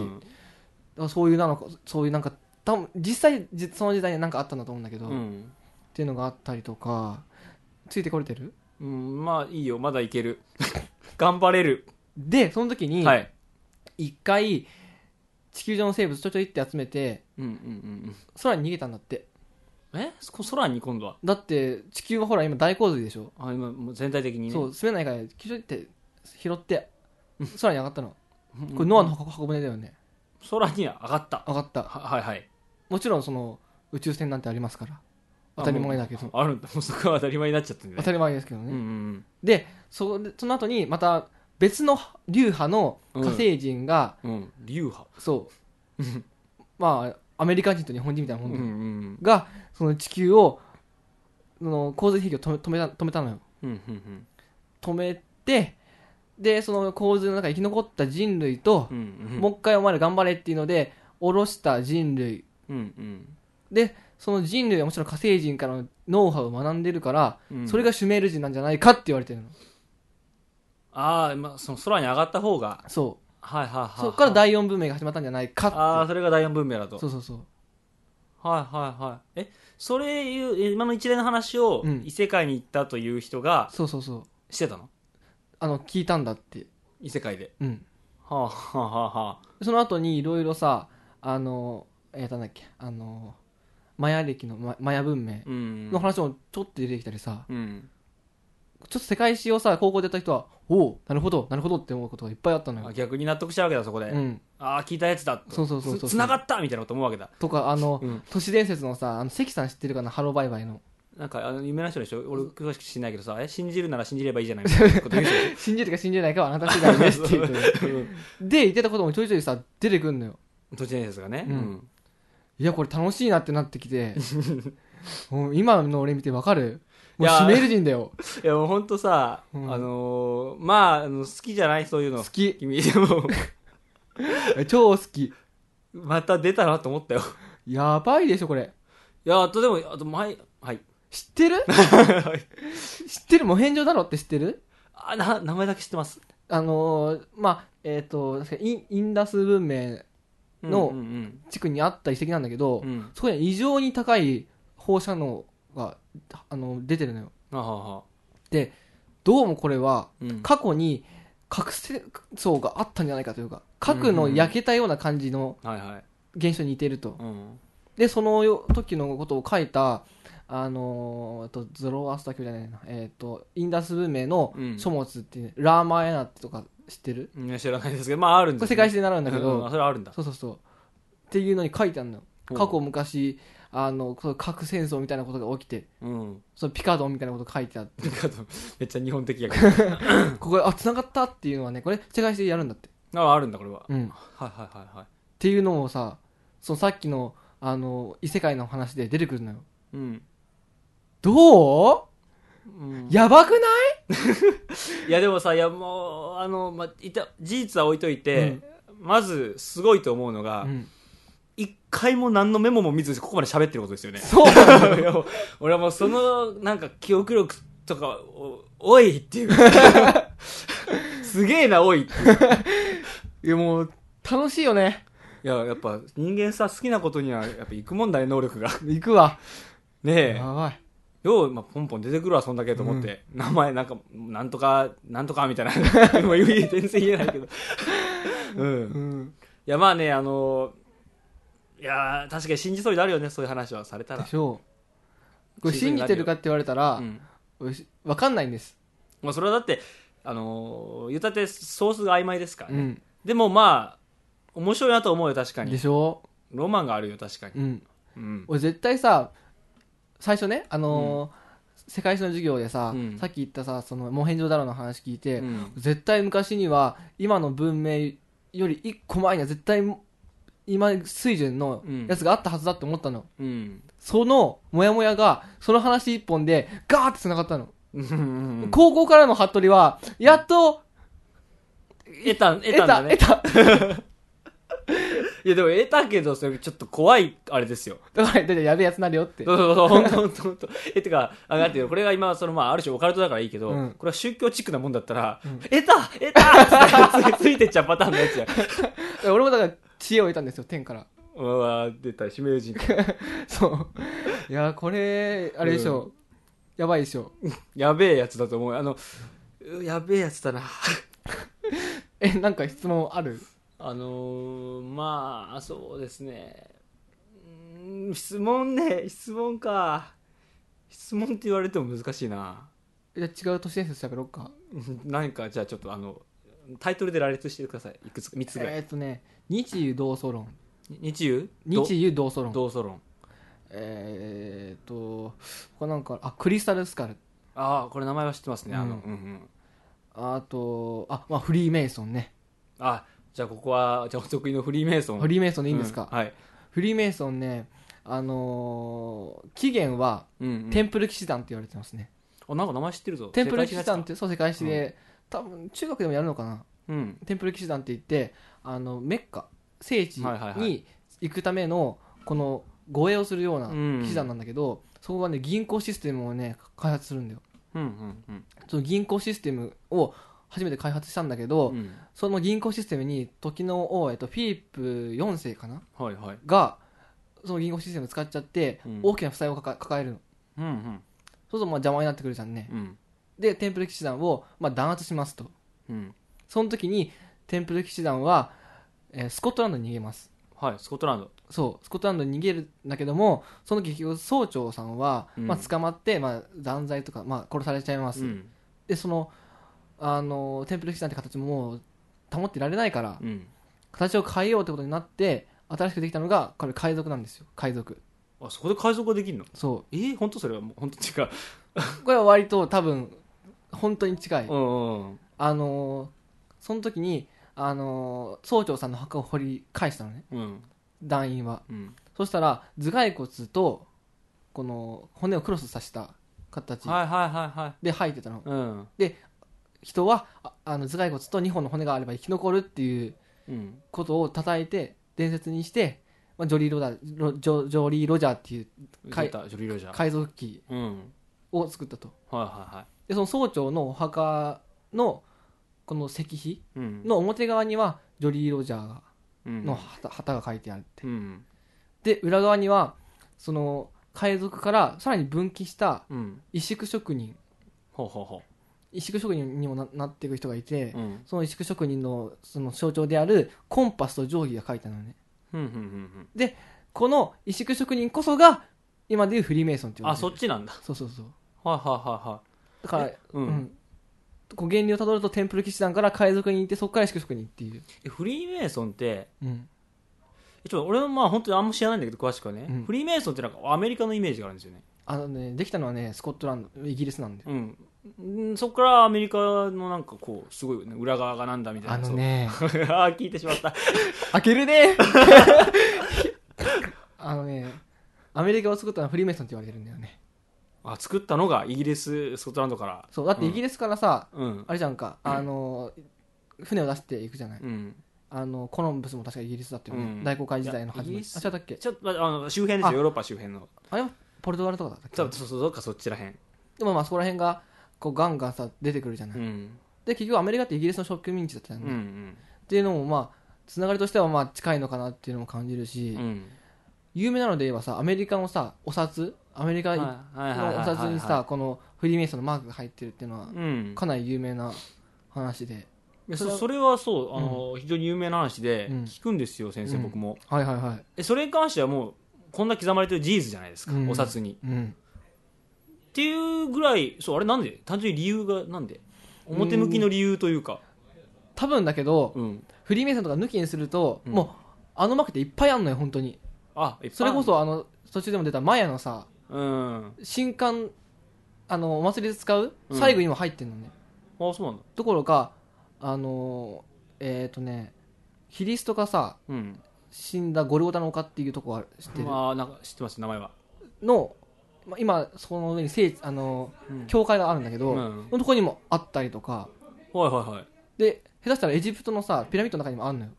Speaker 1: ん
Speaker 2: そういうなのかそういうなんか多分実際じその時代に何かあったんだと思うんだけど、
Speaker 1: う
Speaker 2: っ
Speaker 1: ん
Speaker 2: ていうのがあったりとかついてこれてる
Speaker 1: うんまあいいよまだいける 頑張れる
Speaker 2: でその時に、
Speaker 1: はい
Speaker 2: 一回地球上の生物ちょいちょいって集めて
Speaker 1: うんうんうん
Speaker 2: 空に逃げたんだって
Speaker 1: うんえそこ空に今度は
Speaker 2: だって地球はほら今大洪水でしょ、
Speaker 1: あ今もう全体的にね
Speaker 2: そう住めないから地球ちょいって拾って空に上がったの
Speaker 1: うんうん
Speaker 2: これノアの箱箱舟だよね
Speaker 1: 空に上がった
Speaker 2: 上がった
Speaker 1: ははいはい
Speaker 2: もちろんその宇宙船なんてありますから当たり前だけ
Speaker 1: あも
Speaker 2: ど
Speaker 1: うあるんだもうそこは当たり前になっちゃってん
Speaker 2: 当
Speaker 1: ね
Speaker 2: たり前ですけどね、
Speaker 1: うんうん
Speaker 2: でそその後にまた別の流派の火星人が、
Speaker 1: うんうん流派
Speaker 2: そう まあアメリカ人と日本人みたいな
Speaker 1: う
Speaker 2: も
Speaker 1: ん
Speaker 2: ん
Speaker 1: うん
Speaker 2: で、がその地球をその洪水兵器を止め止めた止めたのよ
Speaker 1: うんうんうん
Speaker 2: 止めてでその洪水の中生き残った人類と
Speaker 1: う、ん
Speaker 2: もう一回お前ら頑張れっていうので下ろした人類
Speaker 1: うんうん
Speaker 2: でその人類はもちろん火星人からのノウハウを学んでるから、
Speaker 1: うん
Speaker 2: それがシュメール人なんじゃないかって言われてるの
Speaker 1: ああまあその空に上がった方が
Speaker 2: そう
Speaker 1: はいはいはい
Speaker 2: そこから第四文明が始まったんじゃないかって
Speaker 1: ああそれが第四文明だと
Speaker 2: そうそうそう
Speaker 1: はいはいはいえそれいうえ今の一連の話を
Speaker 2: うん
Speaker 1: 異世界に行ったという人が
Speaker 2: そうそうそう
Speaker 1: してたの
Speaker 2: あの聞いたんだって
Speaker 1: 異世界で
Speaker 2: うん
Speaker 1: はあはあはあはあ
Speaker 2: その後にいろいろさあのえー、なんだっけあのマヤ歴のママヤ文明
Speaker 1: うん
Speaker 2: の話もちょっと出てきたりさ、
Speaker 1: うん
Speaker 2: ちょっと世界史をさ、高校でやった人は、おお、なるほど、なるほどって思うことがいっぱいあったの
Speaker 1: あ
Speaker 2: よ。
Speaker 1: 逆に納得したわけだそこで、
Speaker 2: うん。
Speaker 1: ああ聞いたやつだと
Speaker 2: そうそうそうそう
Speaker 1: つつながったみたいなこと思うわけだ
Speaker 2: とか、あの、
Speaker 1: うん
Speaker 2: 都市伝説のさ、あの関さん知ってるかな、ハローバイバイの。
Speaker 1: なんかあの有名な人でしょ俺詳しく知らないけどさえ信じるなら信じればいいじゃないみたいなこと言うでし ょ
Speaker 2: 信じるか信じないかはあなた次第ですっていうことで
Speaker 1: うん
Speaker 2: で言ってたこともちょいちょいさ出てくんのよ
Speaker 1: 都市伝説がね、
Speaker 2: うんいやこれ楽しいなってなってきてもう今の俺見てわかるもう
Speaker 1: いや
Speaker 2: シメール人だよ
Speaker 1: いやもうほんとさ、
Speaker 2: うん
Speaker 1: あのーまああの好きじゃないそういう
Speaker 2: 好
Speaker 1: の
Speaker 2: き
Speaker 1: 君でも
Speaker 2: 超好き
Speaker 1: また出たなと思ったよ
Speaker 2: やばいでしょこれ
Speaker 1: いやあとでもあと前はい
Speaker 2: 知っ てる知ってるもう返上だろって知ってる
Speaker 1: あな名前だけ知ってます
Speaker 2: あのーまあえっ、と確かインインダス文明の
Speaker 1: うんうん
Speaker 2: 地区にあった遺跡なんだけど、
Speaker 1: うんうん
Speaker 2: そこには異常に高い放射能があの出てるのよ
Speaker 1: あはは
Speaker 2: どうもこれは
Speaker 1: うん
Speaker 2: 過去に核戦争があったんじゃないかというか核の焼けたような感じの
Speaker 1: はいはい
Speaker 2: 現象に似てると
Speaker 1: うん
Speaker 2: でそのよ時のことを書いたあのーえっとゾロアスター教じゃないな、えっとインダス文明の
Speaker 1: うん
Speaker 2: 書物っていう、ラーマエナってとか知ってる
Speaker 1: いや知らないですけどまああるん
Speaker 2: こ
Speaker 1: で
Speaker 2: れ
Speaker 1: す
Speaker 2: 世
Speaker 1: よ
Speaker 2: 界史で習うんだけ
Speaker 1: うんあ
Speaker 2: ど
Speaker 1: それはあるんだ
Speaker 2: そうそうそうっていうのに書いてあるのよ
Speaker 1: ほう
Speaker 2: 過去昔あのこの核戦争みたいなことが起きて
Speaker 1: うん
Speaker 2: そのピカドンみたいなこと書いてあって
Speaker 1: なんかめっちゃ日本的や けど
Speaker 2: ここであ繋がったっていうのはねこれ世界史でやるんだって、
Speaker 1: ああるんだこれは
Speaker 2: うん、っ
Speaker 1: はいはいはいはい
Speaker 2: ていうのもさそのさっきのあの異世界の話で出てくるのよ
Speaker 1: うん、
Speaker 2: どう
Speaker 1: うん、
Speaker 2: やばくない
Speaker 1: いやでもさいやもうあの、ま、いた事実は置いといて、まずすごいと思うのが
Speaker 2: うん
Speaker 1: 一、回も何のメモも見ずここまで喋ってることですよね
Speaker 2: そう
Speaker 1: いやもう俺はもうそのなんか記憶力とかおおいって いうすげえなおいっていう
Speaker 2: いやもう楽しいよね
Speaker 1: いややっぱ人間さ好きなことにはやっぱ行くもんだね能力が
Speaker 2: 行くわ
Speaker 1: ねえ
Speaker 2: やばい
Speaker 1: よう、まあ、ポンポン出てくるわそんだけと思って、名前なんかなんとかなんとかみたい な今言え全然言えないけどうん
Speaker 2: うん
Speaker 1: いやまあねあのいやー確かに信じそうになるよねそういう話はされた
Speaker 2: で
Speaker 1: ら
Speaker 2: しょうこれ信じてるかって言われたら
Speaker 1: うん
Speaker 2: 俺しわかんないんです
Speaker 1: まあ、それはだってあのー言ったってソースが曖昧ですから
Speaker 2: う
Speaker 1: ね、
Speaker 2: ん
Speaker 1: でもまあ面白いなと思うよ確か
Speaker 2: で
Speaker 1: に
Speaker 2: しょ
Speaker 1: ロマンがあるよ確かに
Speaker 2: ううん
Speaker 1: うん
Speaker 2: 俺絶対さ最初ねあのー世界史の授業でさ
Speaker 1: うん
Speaker 2: さっき言ったさそのモヘンジョダロの話聞いうて
Speaker 1: ん
Speaker 2: 絶対昔には今の文明より一個前には絶対今水準のやつがあったはずだって思ったの
Speaker 1: うん
Speaker 2: そのモヤモヤがその話一本でガーって繋がったの
Speaker 1: うん
Speaker 2: 高校からの服部は、やっと、
Speaker 1: 得た得
Speaker 2: 得
Speaker 1: たんだ
Speaker 2: た、
Speaker 1: ね
Speaker 2: 得た。
Speaker 1: いやでも得たけどそれちょっと怖いあれですよ
Speaker 2: だから、だってやべえやつなるよって。
Speaker 1: そうそうそう本当本当本当えてかあなんていうのこれが今そのまあある種オカルトだからいいけど、
Speaker 2: うん
Speaker 1: これは宗教チックなもんだったら、得た得たってついてっちゃうパターンのやつや
Speaker 2: 俺もだから、知恵を得たんですよ、天から。
Speaker 1: うわー出た指名人
Speaker 2: そう。いや、これ、あれでしょ。やばいでしょ。
Speaker 1: やべえやつだと思うあのうやべえやつだな
Speaker 2: え、なんか質問ある
Speaker 1: あのー、まあそうですねうーん質問ね質問か質問って言われても難しいな
Speaker 2: じゃあ違う都市伝説喋ろうか。
Speaker 1: うん何かじゃあちょっとあのタイトルで羅列してくださいいくつか3つぐらい、
Speaker 2: えーっとね、日遊同祖論。
Speaker 1: 日遊
Speaker 2: 日遊同祖論。
Speaker 1: 同祖論
Speaker 2: えーっと、他なんか、あ、クリスタルスカル。
Speaker 1: ああこれ名前は知ってますね、あの
Speaker 2: う
Speaker 1: うんんうん
Speaker 2: あと、あ、まあ、フリーメイソンね。
Speaker 1: あじゃあここはじゃあお得意のフリーメイソン
Speaker 2: フリーメイソ
Speaker 1: ー
Speaker 2: ンでいいんですか
Speaker 1: はい、
Speaker 2: フリーメイソンね、あのー起源は
Speaker 1: うんうん
Speaker 2: テンプル騎士団って言われてますね、
Speaker 1: あなんか名前知ってるぞ
Speaker 2: テンプル騎士団っ
Speaker 1: って
Speaker 2: てそう世界史で、多分中学でもやるのかな
Speaker 1: うん
Speaker 2: テンプル騎士団って言ってあのメッカ聖地
Speaker 1: はいはいは
Speaker 2: に行くためのこの護衛をするような
Speaker 1: うん
Speaker 2: 騎士団なんだけど、そこがね銀行システムをね開発するんだよ
Speaker 1: うんうんうん
Speaker 2: その銀行システムを初めて開発したんだけど、
Speaker 1: うん
Speaker 2: その銀行システムに時の王、えっと、フィリップ4世かな
Speaker 1: はいはい
Speaker 2: がその銀行システムを使っちゃって、
Speaker 1: うん
Speaker 2: 大きな負債を抱え抱えるの
Speaker 1: うんうん
Speaker 2: そうするとまあ邪魔になってくるじゃんね。
Speaker 1: うん
Speaker 2: で、テンプル騎士団をまあ弾圧しますと。
Speaker 1: うん
Speaker 2: その時に、テンプル騎士団は、えースコットランドに逃げます。
Speaker 1: はいスコットランド
Speaker 2: そう、スコットランドに逃げるんだけども、その結局、総長さんは、
Speaker 1: うん
Speaker 2: まあ、捕まって、まあ、断罪とか、まあ、殺されちゃいます。
Speaker 1: うん
Speaker 2: で、その、あのー、テンプル騎士団って形ももう保ってられないから、
Speaker 1: うん
Speaker 2: 形を変えようってことになって、新しくできたのが、これ、海賊なんですよ。海賊。
Speaker 1: あそこで海賊ができるの
Speaker 2: そ
Speaker 1: えー、本当それはもう本当違う
Speaker 2: うこれは割と多分本当に近い、
Speaker 1: うんうん
Speaker 2: あのーその時にあのー総長さんの墓を掘り返したのね
Speaker 1: うん
Speaker 2: 団員は
Speaker 1: うん
Speaker 2: そしたら頭蓋骨とこの骨をクロスさせた形
Speaker 1: はいはいはいはい
Speaker 2: で入ってたの、
Speaker 1: うん
Speaker 2: 人はああの頭蓋骨と2本の骨があれば生き残るっていう
Speaker 1: うん
Speaker 2: ことを叩いて伝説にして、まあ、ジョリー・ロダロジョジョリー・ロジャーっていうか
Speaker 1: 出
Speaker 2: い
Speaker 1: たジョリーロジャー
Speaker 2: 海賊旗
Speaker 1: うん
Speaker 2: を作ったと
Speaker 1: はいはいは
Speaker 2: でその総長のお墓のこの石碑
Speaker 1: いうん
Speaker 2: の表側にはジョリー・ロジャーが
Speaker 1: うん
Speaker 2: の旗旗が書いてあるって
Speaker 1: うん
Speaker 2: で裏側にはその海賊からさらに分岐した
Speaker 1: うん
Speaker 2: 石宿職人
Speaker 1: ほうほうほ
Speaker 2: 石宿職人にもななっていく人がいて、
Speaker 1: ううん
Speaker 2: その石工職人のその象徴であるコンパスと定規が書いてあるのね
Speaker 1: うんうんうん
Speaker 2: この石工職人こそが今でいうフリーメイソンって
Speaker 1: う
Speaker 2: い
Speaker 1: ん
Speaker 2: われ
Speaker 1: あ
Speaker 2: てる
Speaker 1: そっちなんだ
Speaker 2: そうそうそう
Speaker 1: はいはいはいは
Speaker 2: だから
Speaker 1: いうん、
Speaker 2: うん、こう原理をたどるとテンプル騎士団から海賊に行ってそこから石工職人っていう、
Speaker 1: えフリーメイソンって
Speaker 2: うん、
Speaker 1: えちょっと俺はまあ本当にあんま知らないんだけど詳しくはね、
Speaker 2: うん
Speaker 1: フリーメイソンってなんかアメリカのイメージがあるんですよね
Speaker 2: あのねできたのはねスコットランドイギリスなんだよ
Speaker 1: うんんそこからアメリカのなんかこうすごいね裏側がなんだみたいな
Speaker 2: あのね
Speaker 1: そう あー聞いてしまった
Speaker 2: 開け るねあのねアメリカを作ったのはフリーメイソンって言われてるんだよね
Speaker 1: あ作ったのがイギリススコットランドから
Speaker 2: そうだってイギリスからさ、
Speaker 1: うん
Speaker 2: あれじゃんかあの船を出していくじゃない
Speaker 1: うん
Speaker 2: あのコロンブスも確かイギリスだったよね、
Speaker 1: うん
Speaker 2: 大航海時代の
Speaker 1: いやイ
Speaker 2: 初
Speaker 1: ギ
Speaker 2: め
Speaker 1: リ
Speaker 2: あ
Speaker 1: ス
Speaker 2: 違ったっけ
Speaker 1: ちょっとまああの周辺です
Speaker 2: あ
Speaker 1: よヨーロッパ周辺の
Speaker 2: あれはポルトガルとかだったっけ
Speaker 1: 多分そうそうどっかそっちらへん
Speaker 2: でもまあそこら辺がこうガンガンさ出てくるじゃない、
Speaker 1: うん
Speaker 2: で結局アメリカってイギリスの植民地だったよ
Speaker 1: う
Speaker 2: ね、
Speaker 1: ん
Speaker 2: っていうのもまあつながりとしてはまあ近いのかなっていうのも感じるし、
Speaker 1: うんうん
Speaker 2: 有名なので言えばさアメリカのさお札アメリカ
Speaker 1: はい
Speaker 2: の
Speaker 1: はいはい
Speaker 2: お
Speaker 1: はい
Speaker 2: 札
Speaker 1: はい
Speaker 2: に
Speaker 1: は
Speaker 2: さこのフリーメイソンのマークが入ってるっていうのはい
Speaker 1: うん
Speaker 2: かなり有名な話で、
Speaker 1: いやそそれはそうあの非常に有名な話で
Speaker 2: うん
Speaker 1: 聞くんですよ先生
Speaker 2: うん
Speaker 1: 僕も
Speaker 2: はいはいはい
Speaker 1: えそれに関してはもうこんな刻まれてる事実じゃないですか
Speaker 2: うん
Speaker 1: お札に
Speaker 2: うん
Speaker 1: っていうぐらいそうあれなんで単純に理由がなんで表向きの理由というか
Speaker 2: 多分だけど、
Speaker 1: うん
Speaker 2: フリーメイソンとか抜きにすると、
Speaker 1: うん
Speaker 2: もうあのマークっていっぱいあんのよ本当に
Speaker 1: あいっぱい
Speaker 2: それこそあの途中でも出たマヤのさ
Speaker 1: うん
Speaker 2: 新刊あのお祭りで使う
Speaker 1: うん
Speaker 2: 最後にも入ってんのね、
Speaker 1: あそうなんだ
Speaker 2: ところがあのえっ、とねキリストがさ
Speaker 1: うん
Speaker 2: 死んだゴルゴタの丘っていうとこは知ってる
Speaker 1: まあなんか知ってます名前は
Speaker 2: の、まあ、今その上に聖地あの、
Speaker 1: うん
Speaker 2: 教会があるんだけど、
Speaker 1: うん
Speaker 2: のとこにもあったりとか
Speaker 1: はいはいはい
Speaker 2: で下手したらエジプトのさピラミッドの中にもあるのよ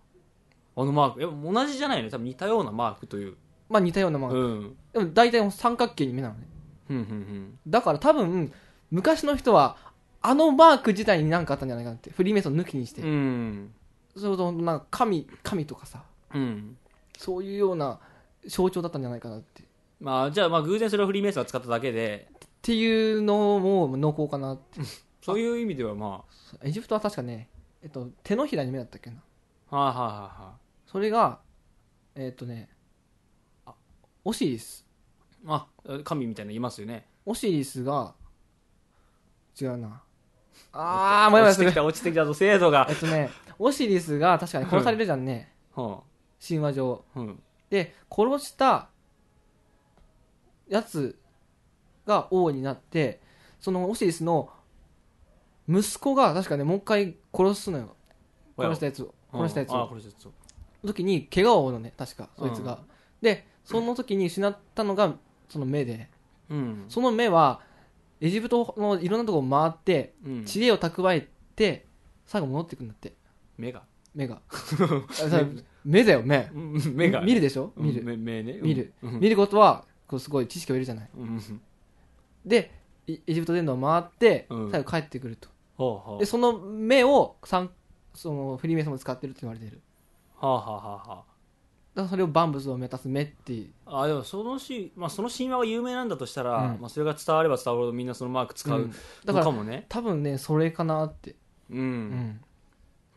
Speaker 1: あのマークいや同じじゃないね多分似たようなマークという
Speaker 2: まあ似たようなも
Speaker 1: うん
Speaker 2: の、
Speaker 1: うん
Speaker 2: でも大体三角形に目なのね
Speaker 1: うんうん
Speaker 2: だから多分昔の人はあのマーク自体に何かあったんじゃないかなってフリーメイソン抜きにして、
Speaker 1: うん
Speaker 2: それこそ本当なんか神神とかさ
Speaker 1: うん
Speaker 2: そういうような象徴だったんじゃないかなってっ
Speaker 1: まあじゃあまあ偶然それをフリーメイソンが使っただけで
Speaker 2: ていうのも濃厚かなって
Speaker 1: そういう意味ではま
Speaker 2: エジプトは確かね、えっと、手のひらに目だったっけな
Speaker 1: あはいはいはいはい
Speaker 2: それがえっとねあオシリス
Speaker 1: あ神みたいなのいますよね
Speaker 2: オシリスが違うなああもやもや
Speaker 1: 落ち
Speaker 2: す
Speaker 1: て
Speaker 2: る
Speaker 1: きた落ちてきたぞ精度が
Speaker 2: えっとねオシリスが確かに殺されるじゃんね
Speaker 1: は
Speaker 2: 神話上
Speaker 1: あうん
Speaker 2: で殺したやつが王になってそのオシリスの息子が確かねもう一回殺すのよ殺したやつを殺したやつ
Speaker 1: うんあ
Speaker 2: を
Speaker 1: 殺したやつを
Speaker 2: の時に怪我を負うのね確かそいつが、でその時に失ったのがその目で
Speaker 1: うん
Speaker 2: その目はエジプトのいろんなとこを回って
Speaker 1: うん
Speaker 2: 知恵を蓄えて最後戻ってくんだって
Speaker 1: 目が
Speaker 2: 目があそれ目だよ目
Speaker 1: うん目が
Speaker 2: 見るでしょ
Speaker 1: うん
Speaker 2: 見る、
Speaker 1: 目目ねうん
Speaker 2: 見る、
Speaker 1: うん
Speaker 2: 見ることはこうすごい知識を得るじゃない
Speaker 1: うんうん
Speaker 2: でいエジプト伝道を回って
Speaker 1: うん
Speaker 2: 最後帰ってくると、
Speaker 1: はあは
Speaker 2: でその目を三そのフリーメイソンも使ってるって言われてる
Speaker 1: あはあはあはあはあ
Speaker 2: だからそれを万物を目指す目っていう
Speaker 1: あでもそのし、まあ、その神話が有名なんだとしたら、
Speaker 2: うん
Speaker 1: まあ、それが伝われば伝わるほどみんなそのマーク使
Speaker 2: う
Speaker 1: うん
Speaker 2: だ
Speaker 1: の
Speaker 2: か
Speaker 1: からもね
Speaker 2: 多分ねそれかなって、
Speaker 1: うん
Speaker 2: う
Speaker 1: うん
Speaker 2: ん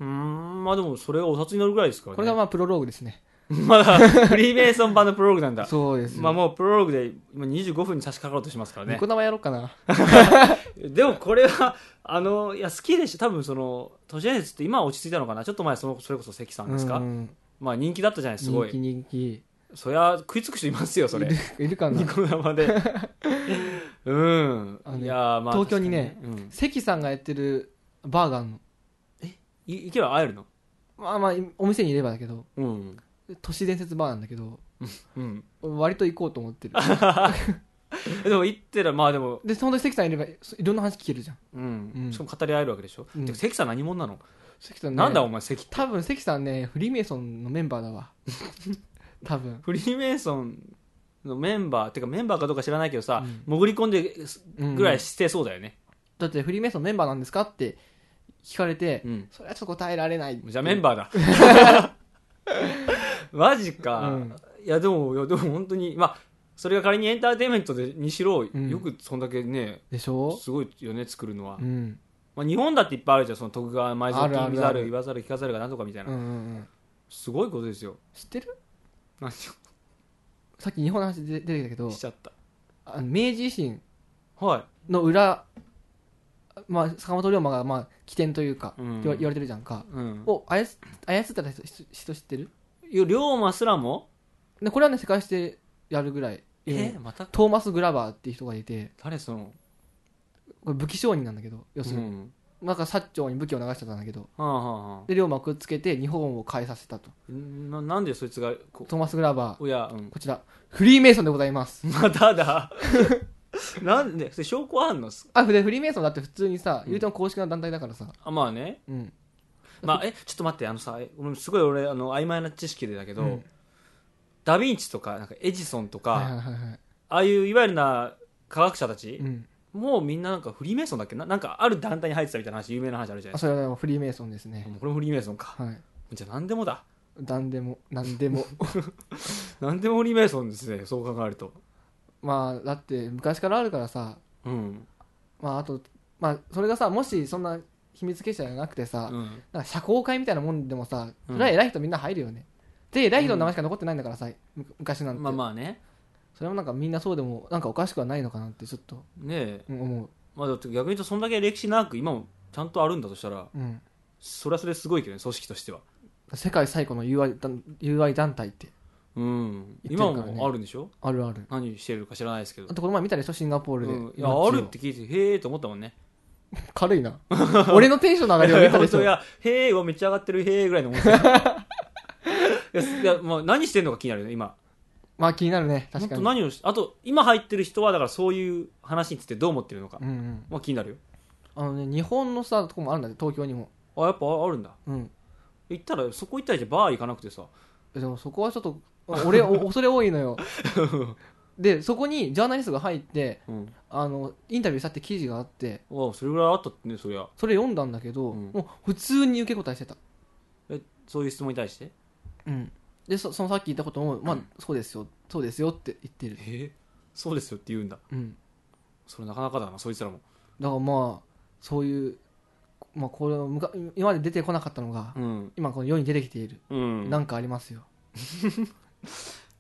Speaker 1: ーんまあでもそれがお札に乗るぐらいですからね
Speaker 2: これがまあプロローグですね
Speaker 1: まだフリーメイソン版のプロローグなんだ
Speaker 2: そうですよ
Speaker 1: まあもうプロローグで今25分に差し掛かろうとしてますから
Speaker 2: ニ
Speaker 1: ね
Speaker 2: コ生やろうかな
Speaker 1: でもこれはあのいや好きでした多分その都市伝説って今は落ち着いたのかなちょっと前そのそれこそ関さんですか、
Speaker 2: うん
Speaker 1: まあ人気だったじゃないすご
Speaker 2: 人
Speaker 1: い
Speaker 2: 気人気
Speaker 1: そりゃ食いつく人いますよそれ
Speaker 2: いるいるかな
Speaker 1: ニコ生 でうん
Speaker 2: あのね
Speaker 1: いやーまあ
Speaker 2: 東京にね
Speaker 1: 確かうん
Speaker 2: 関さんがやってるバーガーの
Speaker 1: いいけば会えるの
Speaker 2: まあまあいお店にいればだけど
Speaker 1: うん
Speaker 2: 都市伝説バーなんだけど
Speaker 1: うん
Speaker 2: 割と行こうと 思ってる
Speaker 1: えでも行ってらまあでも
Speaker 2: でその時関さんいればそいろんな話聞けるじゃん
Speaker 1: うん、
Speaker 2: うん
Speaker 1: しかも語り合えるわけでしょ、
Speaker 2: うん
Speaker 1: てか関さん何者なの、
Speaker 2: 関さん、ね、
Speaker 1: なんだお前関
Speaker 2: 多分関さんねフリーメイソンのメンバー だわ多分
Speaker 1: フリーメイソンのメンバーてかメンバーかどうか知らないけどさ、
Speaker 2: うん
Speaker 1: 潜り込んです
Speaker 2: うん
Speaker 1: ぐらいしてそうだよね、
Speaker 2: だってフリーメイソンのメンバーなんですかって聞かれて、
Speaker 1: うん
Speaker 2: それはちょっと答えられない
Speaker 1: じゃあメン
Speaker 2: バ
Speaker 1: バーだ マジか、
Speaker 2: うん
Speaker 1: いやでもいやでも本当にまあそれが仮にエンターテインメントでにしろ、
Speaker 2: ん
Speaker 1: よくそんだけね
Speaker 2: ーでしょ
Speaker 1: すごいよね作るのは、
Speaker 2: うん
Speaker 1: まあ、日本だっていっぱいあるじゃんその徳川埋蔵
Speaker 2: あるあ
Speaker 1: 金
Speaker 2: る
Speaker 1: 見ざ
Speaker 2: あ
Speaker 1: る
Speaker 2: る
Speaker 1: 言わざる聞かざるがなんとかみたい
Speaker 2: うんう
Speaker 1: な、
Speaker 2: んうん
Speaker 1: すごいことですよ
Speaker 2: 知ってる
Speaker 1: 何を
Speaker 2: さっき日本の話で出てきたけど
Speaker 1: しちゃった
Speaker 2: あの明治維新
Speaker 1: は
Speaker 2: の裏、まあ、坂本龍馬がまあ起点というか、
Speaker 1: うん
Speaker 2: 言わ言われてるじゃんか
Speaker 1: い、うん、
Speaker 2: を操操ってた人人知ってる
Speaker 1: いや龍馬すらも
Speaker 2: でこれはね世界史でやるぐらい有名
Speaker 1: えまた
Speaker 2: トーマス・グラバーっていう人がいて
Speaker 1: 誰その
Speaker 2: これ武器商人なんだけど要するに、
Speaker 1: うん
Speaker 2: なんか薩長に武器を流しちゃったんだけど
Speaker 1: はあはあはあ
Speaker 2: で龍馬をくっつけて日本を変えさせたと
Speaker 1: ななんでそいつがこ
Speaker 2: トーマス・グラバー
Speaker 1: 親、うん、
Speaker 2: こちらフリーメイソンでございます
Speaker 1: まただ なんでそれ証拠あんの
Speaker 2: あでフリーメイソンだって普通にさ
Speaker 1: うん
Speaker 2: 言うても公式な団体だからさ
Speaker 1: あまあね
Speaker 2: うん
Speaker 1: まあえちょっと待ってあのさえ俺すごい俺あの曖昧な知識でだけど、
Speaker 2: うん
Speaker 1: ダ・ヴィンチとかなんかエジソンとか、
Speaker 2: はいはいはいはい
Speaker 1: ああいういわゆるな科学者たち、
Speaker 2: うん
Speaker 1: もうみんななんかフリーメイソンだっけななんかある団体に入ってたみたいな話有名な話あるじゃない
Speaker 2: あ
Speaker 1: です
Speaker 2: それはフリーメイソンです
Speaker 1: か
Speaker 2: ね
Speaker 1: もうこれもフリーメイソンか
Speaker 2: はい
Speaker 1: じゃあ何でもだ
Speaker 2: 何でも何でも
Speaker 1: 何でもフリーメイソンですねそう考えると
Speaker 2: まあだって昔からあるからさ
Speaker 1: うん、
Speaker 2: まああとまあそれがさもしそんな秘密結社じゃなくてさ、
Speaker 1: うん、
Speaker 2: なんか社交会みたいなもんでもさ
Speaker 1: う
Speaker 2: そ
Speaker 1: ん
Speaker 2: れは偉い人みんな入るよね、で偉い人の名前しか残ってないんだからさ、む昔なんて、
Speaker 1: まあまあね
Speaker 2: それもなんかみんなそうでもなんかおかしくはないのかなってちょっと
Speaker 1: ねえ
Speaker 2: うん思
Speaker 1: まあ、だって逆に言うとそんだけ歴史長く今もちゃんとあるんだとしたら
Speaker 2: う、うん、
Speaker 1: それはそれですごいけどね組織としては
Speaker 2: 世界最古の UI 団 UI 団体って
Speaker 1: うん
Speaker 2: 言
Speaker 1: 今
Speaker 2: ってるからね
Speaker 1: もあるんでしょ
Speaker 2: あるある
Speaker 1: 何してるか知らないですけど
Speaker 2: あとこの前見たでしょシンガポールで、
Speaker 1: うんい
Speaker 2: 今
Speaker 1: やあるって聞いてへえと思ったもんね
Speaker 2: 軽いな俺のテンションの上がりを見たで
Speaker 1: 本
Speaker 2: し
Speaker 1: 当
Speaker 2: ょ
Speaker 1: いやへえはめっちゃ上がってるへえぐらいの思ってたいやいやまあ何してんのか気になるよね今
Speaker 2: まあ気になるね確
Speaker 1: 本
Speaker 2: か
Speaker 1: 当
Speaker 2: に
Speaker 1: 何をしあと今入ってる人はだからそういう話についてどう思ってるのか、
Speaker 2: うんうん
Speaker 1: まあ気になるよ
Speaker 2: あのね日本のさとこもあるんだって東京にも
Speaker 1: あやっぱあるんだ
Speaker 2: うん
Speaker 1: 行ったらそこ行ったらじゃあバー行かなくてさ
Speaker 2: でもそこはちょっと俺お恐れ多い のよでそこにジャーナリストが入って
Speaker 1: うん
Speaker 2: あのインタビューしたって記事があって
Speaker 1: あそれぐらいあったってねそりゃ
Speaker 2: それ読んだんだけど、
Speaker 1: うん
Speaker 2: もう普通に受け答えしてた、
Speaker 1: えそういう質問に対して
Speaker 2: うん、でそそのさっき言ったことも、まあ、そうですよそうですよって言ってる、
Speaker 1: え そうですよって言うんだ
Speaker 2: うん、
Speaker 1: それなかなかだなそいつらも
Speaker 2: だからまあそういう、まあ、これをむか今まで出てこなかったのが、
Speaker 1: うん、
Speaker 2: 今この世に出てきている、
Speaker 1: うん、
Speaker 2: なんかありますよ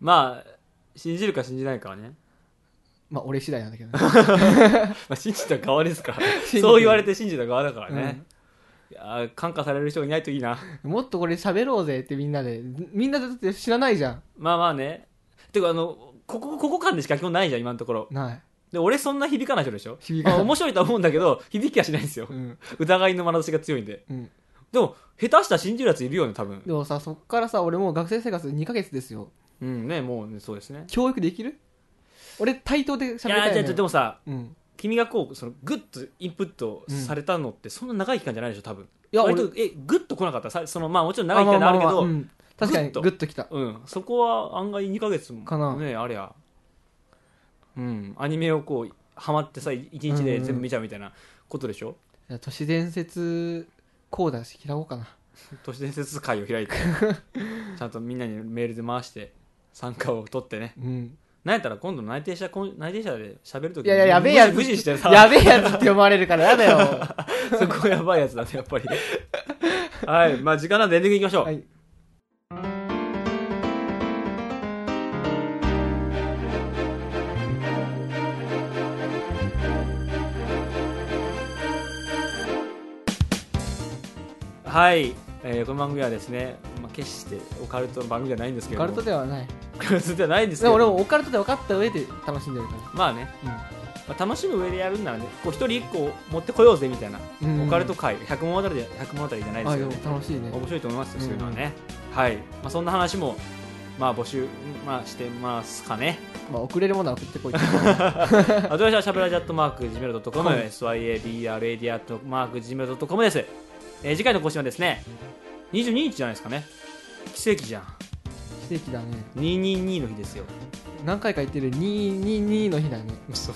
Speaker 1: まあ信じるか信じないかはね、
Speaker 2: まあ俺次第なんだけどね
Speaker 1: ま あ、信じた側ですから
Speaker 2: じて る
Speaker 1: そう言われて信じた側だからね、いやー感化される人がいないといいな
Speaker 2: もっとこれ喋ろうぜってみんなでみんなだって知らないじゃん
Speaker 1: まあまあねてかあのここここ間でしか基本ないじゃん今のところ
Speaker 2: ない
Speaker 1: で俺そんな響かない人でしょ
Speaker 2: 響か
Speaker 1: ま
Speaker 2: ない
Speaker 1: あ、面白いとは思うんだけど響きはしないん ですよ
Speaker 2: うん
Speaker 1: 疑いの眼差しが強いんで
Speaker 2: うん、
Speaker 1: でも下手したら信じるやついるよね多分
Speaker 2: でもさそっからさ俺もう学生生活2ヶ月ですよ
Speaker 1: うんねもうねそうですね
Speaker 2: 教育できる俺対等で
Speaker 1: い
Speaker 2: 喋り
Speaker 1: や
Speaker 2: た
Speaker 1: ーじ
Speaker 2: い
Speaker 1: ゃ
Speaker 2: の
Speaker 1: あ
Speaker 2: よ
Speaker 1: じゃあでもさ
Speaker 2: うん、
Speaker 1: 君がこうそのグッとインプットされたのってそんな長い期間じゃないでしょ多分
Speaker 2: いや
Speaker 1: 割
Speaker 2: 俺
Speaker 1: とえグッと来なかったさそのまあもちろん長い期間ではあるけ
Speaker 2: ままま
Speaker 1: ど
Speaker 2: まうん確かに
Speaker 1: グ
Speaker 2: グ
Speaker 1: ッと
Speaker 2: ッときた
Speaker 1: うんそこは案外2ヶ月も
Speaker 2: かな
Speaker 1: ねありゃうんアニメをこうハマってさ1日で全部見ちゃうみたいなことでしょ、
Speaker 2: いや都市伝説講座開こうかな
Speaker 1: 都市伝説会を開いてちゃんとみんなにメールで回して参加を取ってね
Speaker 2: うん
Speaker 1: なんやったら今度内定者こん内定者で喋るとき
Speaker 2: いやいややべえやつ
Speaker 1: 無視してさ
Speaker 2: やべえやつって読まれるからやだよ
Speaker 1: そこやばいやつだねやっぱりはいまあ時間なんでエンディングいきましょう、
Speaker 2: はい
Speaker 1: はい、えーこの番組はですね、まあ、決してオカルトの番組じゃないんですけ
Speaker 2: オ
Speaker 1: れど
Speaker 2: カ
Speaker 1: も
Speaker 2: ルトではない
Speaker 1: じゃないんです
Speaker 2: で
Speaker 1: けど
Speaker 2: も俺もオカルトで分かった上で楽しんでるか
Speaker 1: まあね、
Speaker 2: うん
Speaker 1: まあ、楽しむ上でやるんならねこう一人一個持ってこようぜみたいな、
Speaker 2: ら、うん
Speaker 1: オカルト界100問あたりで100問あたりじゃないです
Speaker 2: あ
Speaker 1: け
Speaker 2: で
Speaker 1: ど、
Speaker 2: も
Speaker 1: ね、
Speaker 2: 楽しいね
Speaker 1: 面白いと思いますよ、そういうのはねはい、まあ、そんな話もまあ募集、まあ、してますかね
Speaker 2: まあ送れるものは送っ てこい
Speaker 1: アドレスはしゃべらじアットマーク Gmail.com、
Speaker 2: はい
Speaker 1: SYABRAD アットマーク Gmail.com です、えー次回の更新はですね22日じゃないですかね奇跡じゃん
Speaker 2: 奇跡だね
Speaker 1: 222の日ですよ
Speaker 2: 何回か言ってる222の日だね
Speaker 1: そう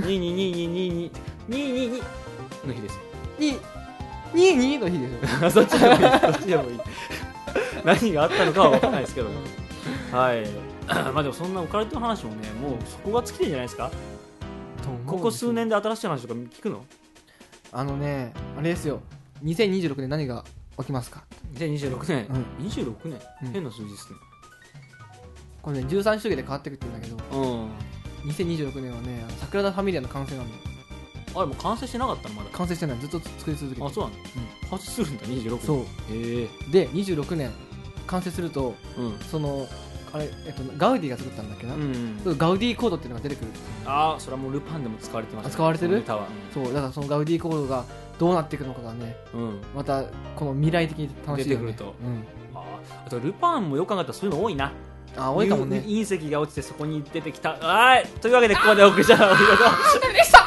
Speaker 1: 2222222の日ですよ
Speaker 2: 22の日でしょ
Speaker 1: あ そっちでもいいそっちでもいい何があったのかは分からないですけどもはい まあでもそんなオカルトの話もねもうそこが尽きてんじゃないですか
Speaker 2: と思うんです
Speaker 1: こ
Speaker 2: よ
Speaker 1: こ数年で新しい話とか聞くの
Speaker 2: あのねあれですよ2026年何が起きますか
Speaker 1: 2026年、
Speaker 2: う
Speaker 1: 26年、
Speaker 2: うん
Speaker 1: 変な数字ですね
Speaker 2: これね13週で変わってくって言うんだけど
Speaker 1: うん
Speaker 2: 2026年はねあの桜田ファミリアの完成なんで
Speaker 1: あれもう完成してなかったのまだ
Speaker 2: 完成してないずっと作り続けて
Speaker 1: あそうなの、完成するんだ26年
Speaker 2: そう
Speaker 1: へえ
Speaker 2: で26年完成するとそのあれ、えっと、ガウディが作ったんだっけな、
Speaker 1: うん、うん
Speaker 2: そのガウディコードっていうのが出てくる
Speaker 1: ああそれはもうルパンでも使われてます
Speaker 2: あ使われてる
Speaker 1: そのネタは
Speaker 2: そうだからそのガウディコードがどうなっていくのかがね
Speaker 1: うん
Speaker 2: またこの未来的に楽しい
Speaker 1: 出て
Speaker 2: よ、ね、
Speaker 1: くると
Speaker 2: うん、
Speaker 1: あーあとルパンもよく考えたらそういうの多いな
Speaker 2: あ多いかもね
Speaker 1: 隕石が落ちてそこに出てきたはいというわけでここまでお送りしたありがとう
Speaker 2: でした